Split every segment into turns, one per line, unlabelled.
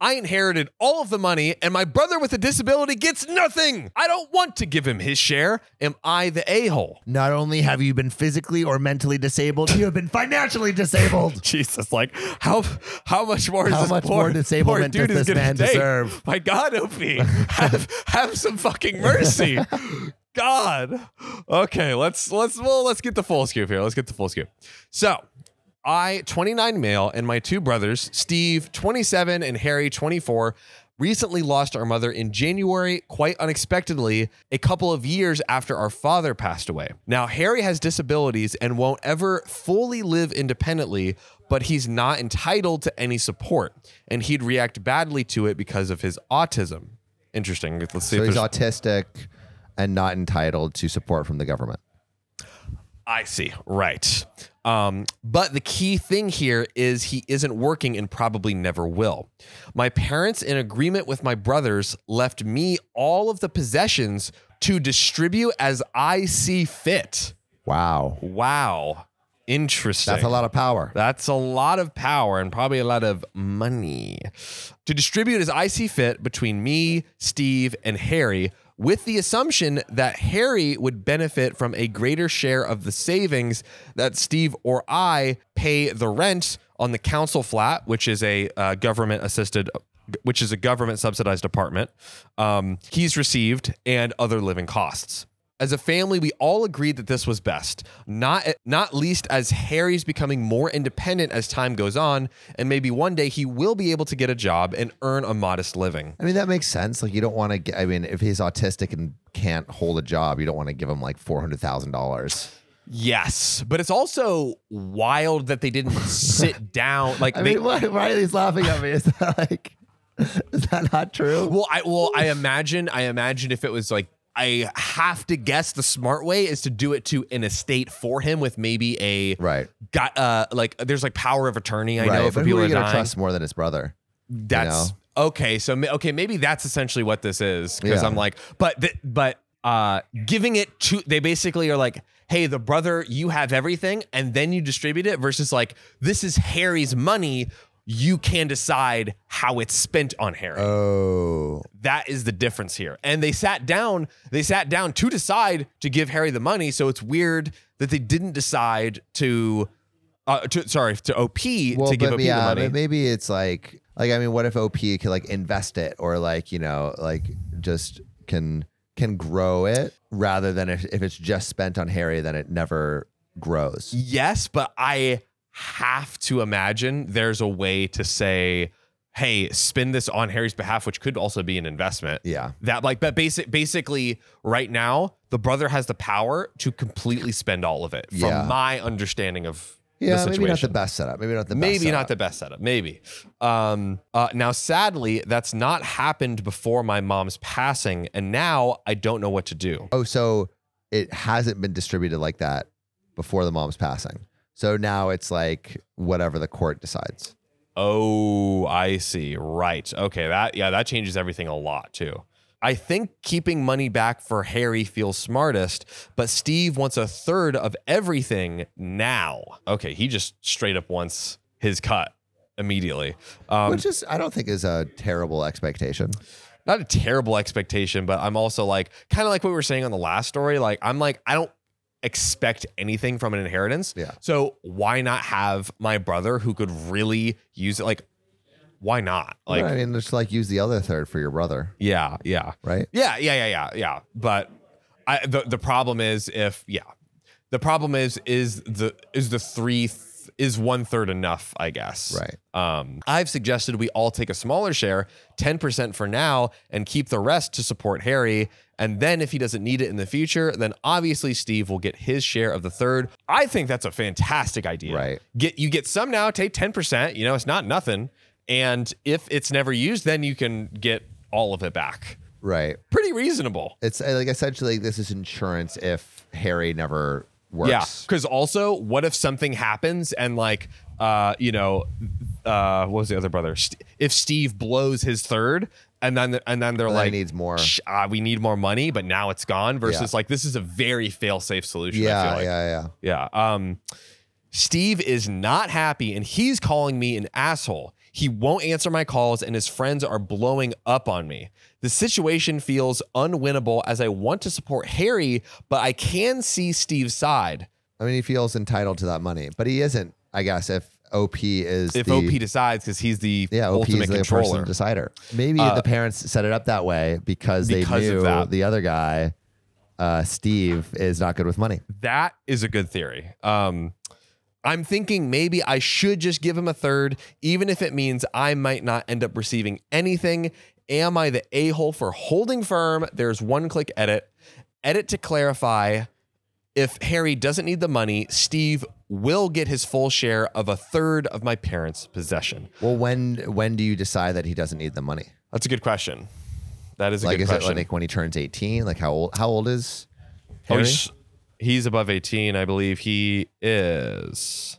I inherited all of the money, and my brother with a disability gets nothing. I don't want to give him his share. Am I the a hole?
Not only have you been physically or mentally disabled, you have been financially disabled.
Jesus, like how how much more is
How
this
much
poor,
more disablement
poor dude
does this
is gonna
man
take?
deserve?
My God, Opie, have have some fucking mercy. God. Okay, let's let's well let's get the full scoop here. Let's get the full scoop. So. I, 29 male, and my two brothers, Steve, 27, and Harry, 24, recently lost our mother in January, quite unexpectedly, a couple of years after our father passed away. Now, Harry has disabilities and won't ever fully live independently, but he's not entitled to any support, and he'd react badly to it because of his autism. Interesting. Let's see
So
if
he's
there's-
autistic and not entitled to support from the government.
I see. Right. Um, but the key thing here is he isn't working and probably never will. My parents, in agreement with my brothers, left me all of the possessions to distribute as I see fit.
Wow.
Wow. Interesting.
That's a lot of power.
That's a lot of power and probably a lot of money to distribute as I see fit between me, Steve, and Harry, with the assumption that Harry would benefit from a greater share of the savings that Steve or I pay the rent on the council flat, which is a uh, government assisted. Which is a government subsidized apartment, um, he's received, and other living costs. As a family, we all agreed that this was best. Not not least as Harry's becoming more independent as time goes on, and maybe one day he will be able to get a job and earn a modest living.
I mean, that makes sense. Like, you don't want to get, I mean, if he's autistic and can't hold a job, you don't want to give him like $400,000.
Yes, but it's also wild that they didn't sit down. Like
I
they,
mean, why, Riley's laughing at me. Is that like, is that not true?
well, I well, I imagine, I imagine if it was like. I have to guess the smart way is to do it to an estate for him with maybe a
Right.
got uh like there's like power of attorney I
right.
know
but
for
who
people
are you
that are
going
dying.
to trust more than his brother?
That's
know?
okay. So ma- okay, maybe that's essentially what this is because
Yeah.
I'm like, but th- but uh, giving it to they basically are like, hey, the brother, you have everything, and then you distribute it versus like this is Harry's money. You can decide how it's spent on Harry.
Oh.
that is the difference here. And they sat down. They sat down to decide to give Harry the money. So it's weird that they didn't decide to. Uh, to, sorry, to OP to give OP the money.
but maybe it's like, like I mean, what if OP could like invest it or like you know, like just can can grow it rather than if, if it's just spent on Harry, then it never grows.
Yes, but I have to imagine there's a way to say, hey, spend this on Harry's behalf, which could also be an investment.
Yeah,
That like but basic basically right now, the brother has the power to completely spend all of it, from
Yeah.
my understanding of the
yeah,
situation
maybe not the best setup. Maybe not the
maybe
best
not
setup.
the best setup. Maybe. Um, uh, now, sadly, that's not happened before my mom's passing, and now I don't know what to do.
Oh, so it hasn't been distributed like that before the mom's passing. So now it's like whatever the court decides.
Oh, I see. Right. Okay. That yeah, that changes everything a lot too. I think keeping money back for Harry feels smartest, but Steve wants a third of everything now. Okay, he just straight up wants his cut immediately. Um,
Which is, I don't think, is a terrible expectation.
not a terrible expectation, but I'm also like kind of like what we were saying on the last story. Like I'm like I don't expect anything from an inheritance.
Yeah.
So why not have my brother who could really use it? Like why not? Like
I mean, just like use the other third for your brother,
yeah, yeah,
right?
yeah, yeah, yeah, yeah, yeah. But I the the problem is if yeah, the problem is is the is the three th- is one third enough? I guess
Right.
um, I've suggested we all take a smaller share, 10% for now, and keep the rest to support Harry. And then if he doesn't need it in the future, then obviously Steve will get his share of the third. I think that's a fantastic idea.
Right.
Get you get some now, take 10%, you know, it's not nothing. And if it's never used, then you can get all of it back.
Right.
Pretty reasonable.
It's uh, like essentially this is insurance if Harry never
Yeah.
works.
Cause also, what if something happens and like uh, you know, uh, what was the other brother? St- if Steve blows his third, and then and then they're
And then he
like,
needs more.
"Shh, uh, we need more money, but now it's gone. Versus
Yeah.
like this is a very fail safe solution. I
Yeah,
feel like.
yeah, yeah.
Yeah. Um, Steve is not happy and he's calling me an asshole. He won't answer my calls, and his friends are blowing up on me. The situation feels unwinnable as I want to support Harry, but I can see Steve's side
I mean, he feels entitled to that money, but he isn't. I guess if OP is
if
the,
OP decides because he's the
yeah OP
ultimate
is the person
controller. Uh,
decider. Maybe the parents set it up that way because,
because
they
of
knew
that.
the other guy, uh, Steve, is not good with money.
that is a good theory. Um, I'm thinking maybe I should just give him a third, even if it means I might not end up receiving anything. Am I the a hole for holding firm? There's one click edit. Edit to clarify if Harry doesn't need the money, Steve will get his full share of a third of my parents' possession.
Well, when when do you decide that he doesn't need the money?
That's a good question. That is a
Like,
good
is
question.
it like when he turns eighteen? Like, how old? How old is?
Oh,
Harry?
he's, he's above 18, I believe. He is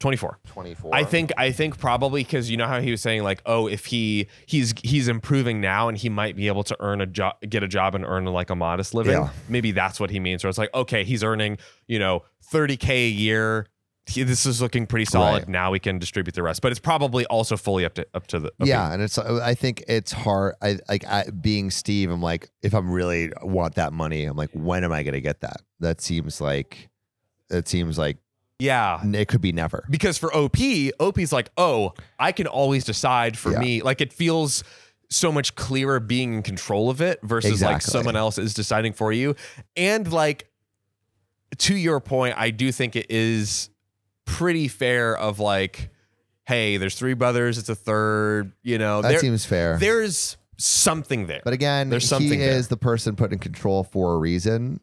24.
24.
I think I think probably because you know how he was saying like, oh, if he he's he's improving now and he might be able to earn a job, get a job and earn like a modest living.
Yeah.
Maybe that's what he means. Where it's like, okay, he's earning you know 30k a year. He, this is looking pretty solid.
Right.
Now we can distribute the rest, but it's probably also fully up to up to the up to
Yeah, and it's uh, I think it's hard. I like I, being Steve. I'm like, if I'm really want that money, I'm like, when am I gonna get that? That seems like, it seems like
you. yeah.
it could be never.
because for OP, OP's like, oh, I can always decide for
Yeah.
me. Like it feels so much clearer being in control of it versus like
Exactly.
someone else is deciding for you. And like to your point, I do think it is pretty fair of like, hey, there's three brothers, it's a third, you know,
That
there,
seems fair.
there's something there.
But again,
There's something
he
there.
is the person put in control for a reason,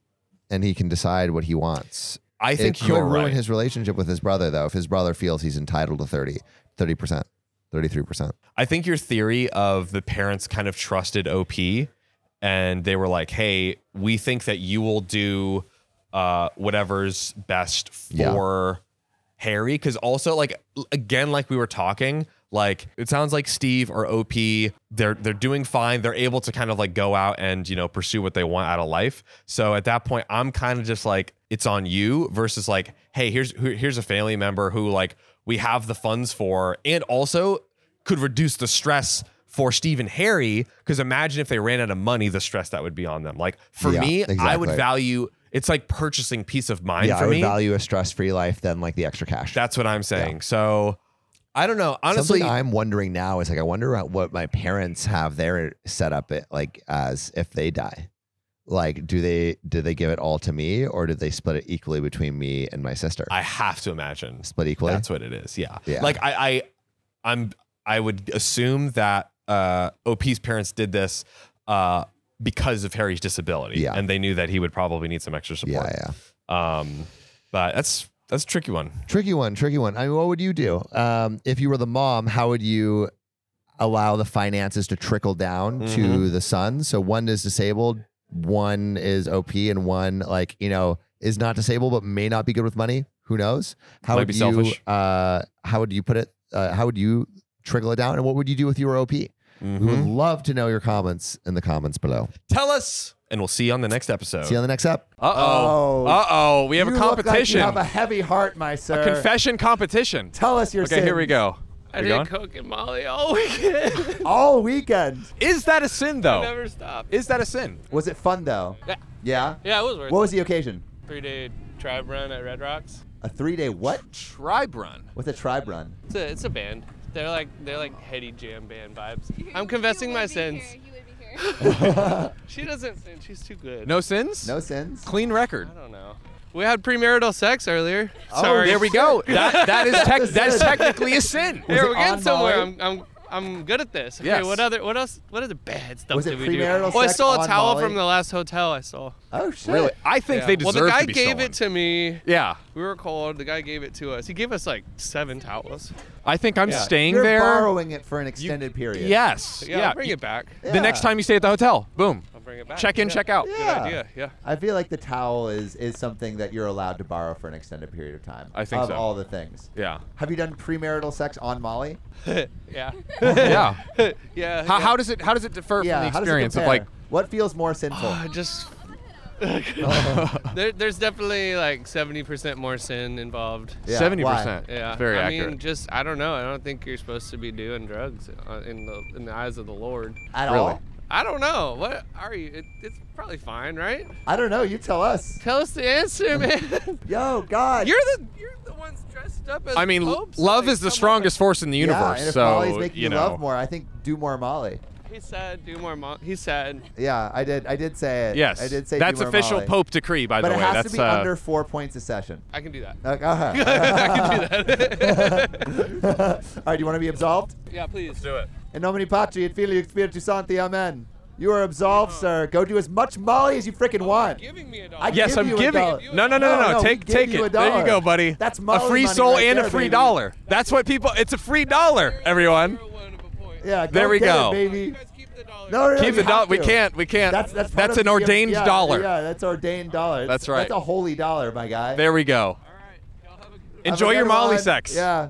and he can decide what he wants.
I think
it could
you're
ruin
right.
his relationship with his brother, though, if his brother feels he's entitled to 30, 30%, 33%.
I think your theory of the parents kind of trusted OP and they were like, hey, we think that you will do uh, whatever's best
Yeah.
for Harry. Cause also, like, l- again, like we were talking, like it sounds like Steve or OP, they're they're doing fine. They're able to kind of like go out and, you know, pursue what they want out of life. So at that point, I'm kind of just like, it's on you versus like, hey, here's who- here's a family member who like we have the funds for and also could reduce the stress for Steve and Harry. Because imagine if they ran out of money, the stress that would be on them. Like for
Yeah,
me, I would
exactly.
value it's like purchasing peace of mind
yeah,
for
I would
me.
value a stress free life than like the extra cash.
That's what I'm saying. So I don't know. Honestly,
Something I'm wondering now is like, I wonder what my parents have their setup it, like as if they die. Like, do they do they give it all to me, or do they split it equally between me and my sister?
I have to imagine
split equally.
that's what it is. Yeah.
Yeah.
Like I, I I'm I would assume that uh OP's parents did this uh because of Harry's disability.
Yeah.
And they knew that he would probably need some extra support.
yeah, yeah.
Um but that's that's a tricky one.
Tricky one, tricky one. I mean, what would you do um, if you were the mom? How would you allow the finances to trickle down to
Mm-hmm.
the son? So one is disabled, one is OP, and one like you know is not disabled but may not be good with money. Who knows? How
Might
would
be
you?
selfish.
Uh, how would you put it? Uh, how would you trickle it down? And what would you do if you were OP? We would love to know your comments in the comments below.
Mm-hmm. Tell us and we'll see you on the next episode.
See you on the next ep.
Uh oh.
Oh.
Uh oh. We have
You
a
look like you
competition.
have a heavy heart, my sir.
Confession competition.
Tell us your
Okay, here we
sins.
go.
I
We
did
going?
coke and Molly all weekend.
All weekend.
Is that a sin though?
Never stopped.
Is that a sin?
Was it fun though?
Yeah.
Yeah.
Yeah, it was worth
What was the occasion?
it. Three day tribe run at Red Rocks.
A three-day what?
Tribe run.
What's a tribe run?
It's a it's a band. They're like they're like heady jam band vibes. I'm confessing my sins. She doesn't sin. She's too good.
No sins?
No sins.
Clean record.
I don't know. We had premarital sex earlier.
Oh,
Sorry.
There we go. That that is tec-
That's a
that's
sin.
technically a sin.
Here,
it
we're getting
on
somewhere.
Molly?
I'm I'm I'm good at this. Okay,
Yes.
what other what else what other bad stuff
Was it
did we do?
premarital
oh, I
sex
stole a
on
towel
Molly?
from the last hotel I saw.
Oh shit.
Really? I think
Yeah.
they deserve
Well, the guy
to be
gave
stolen.
it to me.
yeah.
We were cold. The guy gave it to us. He gave us like seven towels.
I think I'm
Yeah.
staying
You're
there.
borrowing it for an extended period.
Yes.
Yeah, I'll bring it back.
The next time you stay at the hotel, boom.
I'll bring it back.
Check in,
Yeah.
check out.
Good
Yeah.
idea. Yeah.
I feel like the towel is is something that you're allowed to borrow for an extended period of time.
I think
of
so.
all the things.
Yeah.
Have you done premarital sex on Molly?
Yeah.
Yeah.
yeah. yeah.
How, how does it how does it differ from the
how does it
experience of
compare?
like
what feels more sinful?
I just there, there's definitely like 70% more sin involved.
Yeah,
Seventy
why?
percent.
Yeah,
Very
I
accurate.
mean, just I don't know. I don't think you're supposed to be doing drugs uh, in the in the eyes of the Lord.
At
Really?
all?
I don't know. What are you? It, it's probably fine, right?
I don't know. You tell us.
Tell us the answer, man.
Yo, God.
you're the you're the ones dressed up as.
I mean, l-
popes,
love
like,
is the
come
strongest force in the
yeah,
universe.
and if
so
Molly's making
you
you
know,
love more, I think do more Molly.
on. He said, "Do more." Mo-. He said,
Yeah, I did. I did say it.
yes,
I did say
that's
do more
official
Molly.
Pope decree. By
But
the
it
way,
has
that's
to be
uh,
under four points a session.
"I can do that.
Like, uh-huh.
I can do that."
All right, do you want to be absolved?
yeah, please do it.
In nomine Patri et Filii et Spiritus Sancti. Amen. You are absolved, sir. Go do as much Molly as you freaking want.
Giving me a dollar.
I
I
yes,
give
I'm
you a
giving.
dollar.
No, no, no, no,
No,
no.
no,
Take,
give
take
you a
it. There
dollar.
you go, buddy.
That's
a
Molly
free
money
soul
right
and a
there,
free
baby.
dollar. That's what people. It's a free dollar, everyone.
Yeah, go
There we
get
go.
It,
You
baby.
guys keep the dollar.
No, no, no,
Keep
you
the dollar.
have
We
to.
can't. We can't.
That's that's part
that's
of
an
the- uh,
ordained
yeah,
dollar.
Yeah, that's ordained dollar.
That's right.
That's a holy dollar, my guy.
There we go.
All right, y'all have a good
Have a
Enjoy
good
your Molly
one.
sex.
Yeah.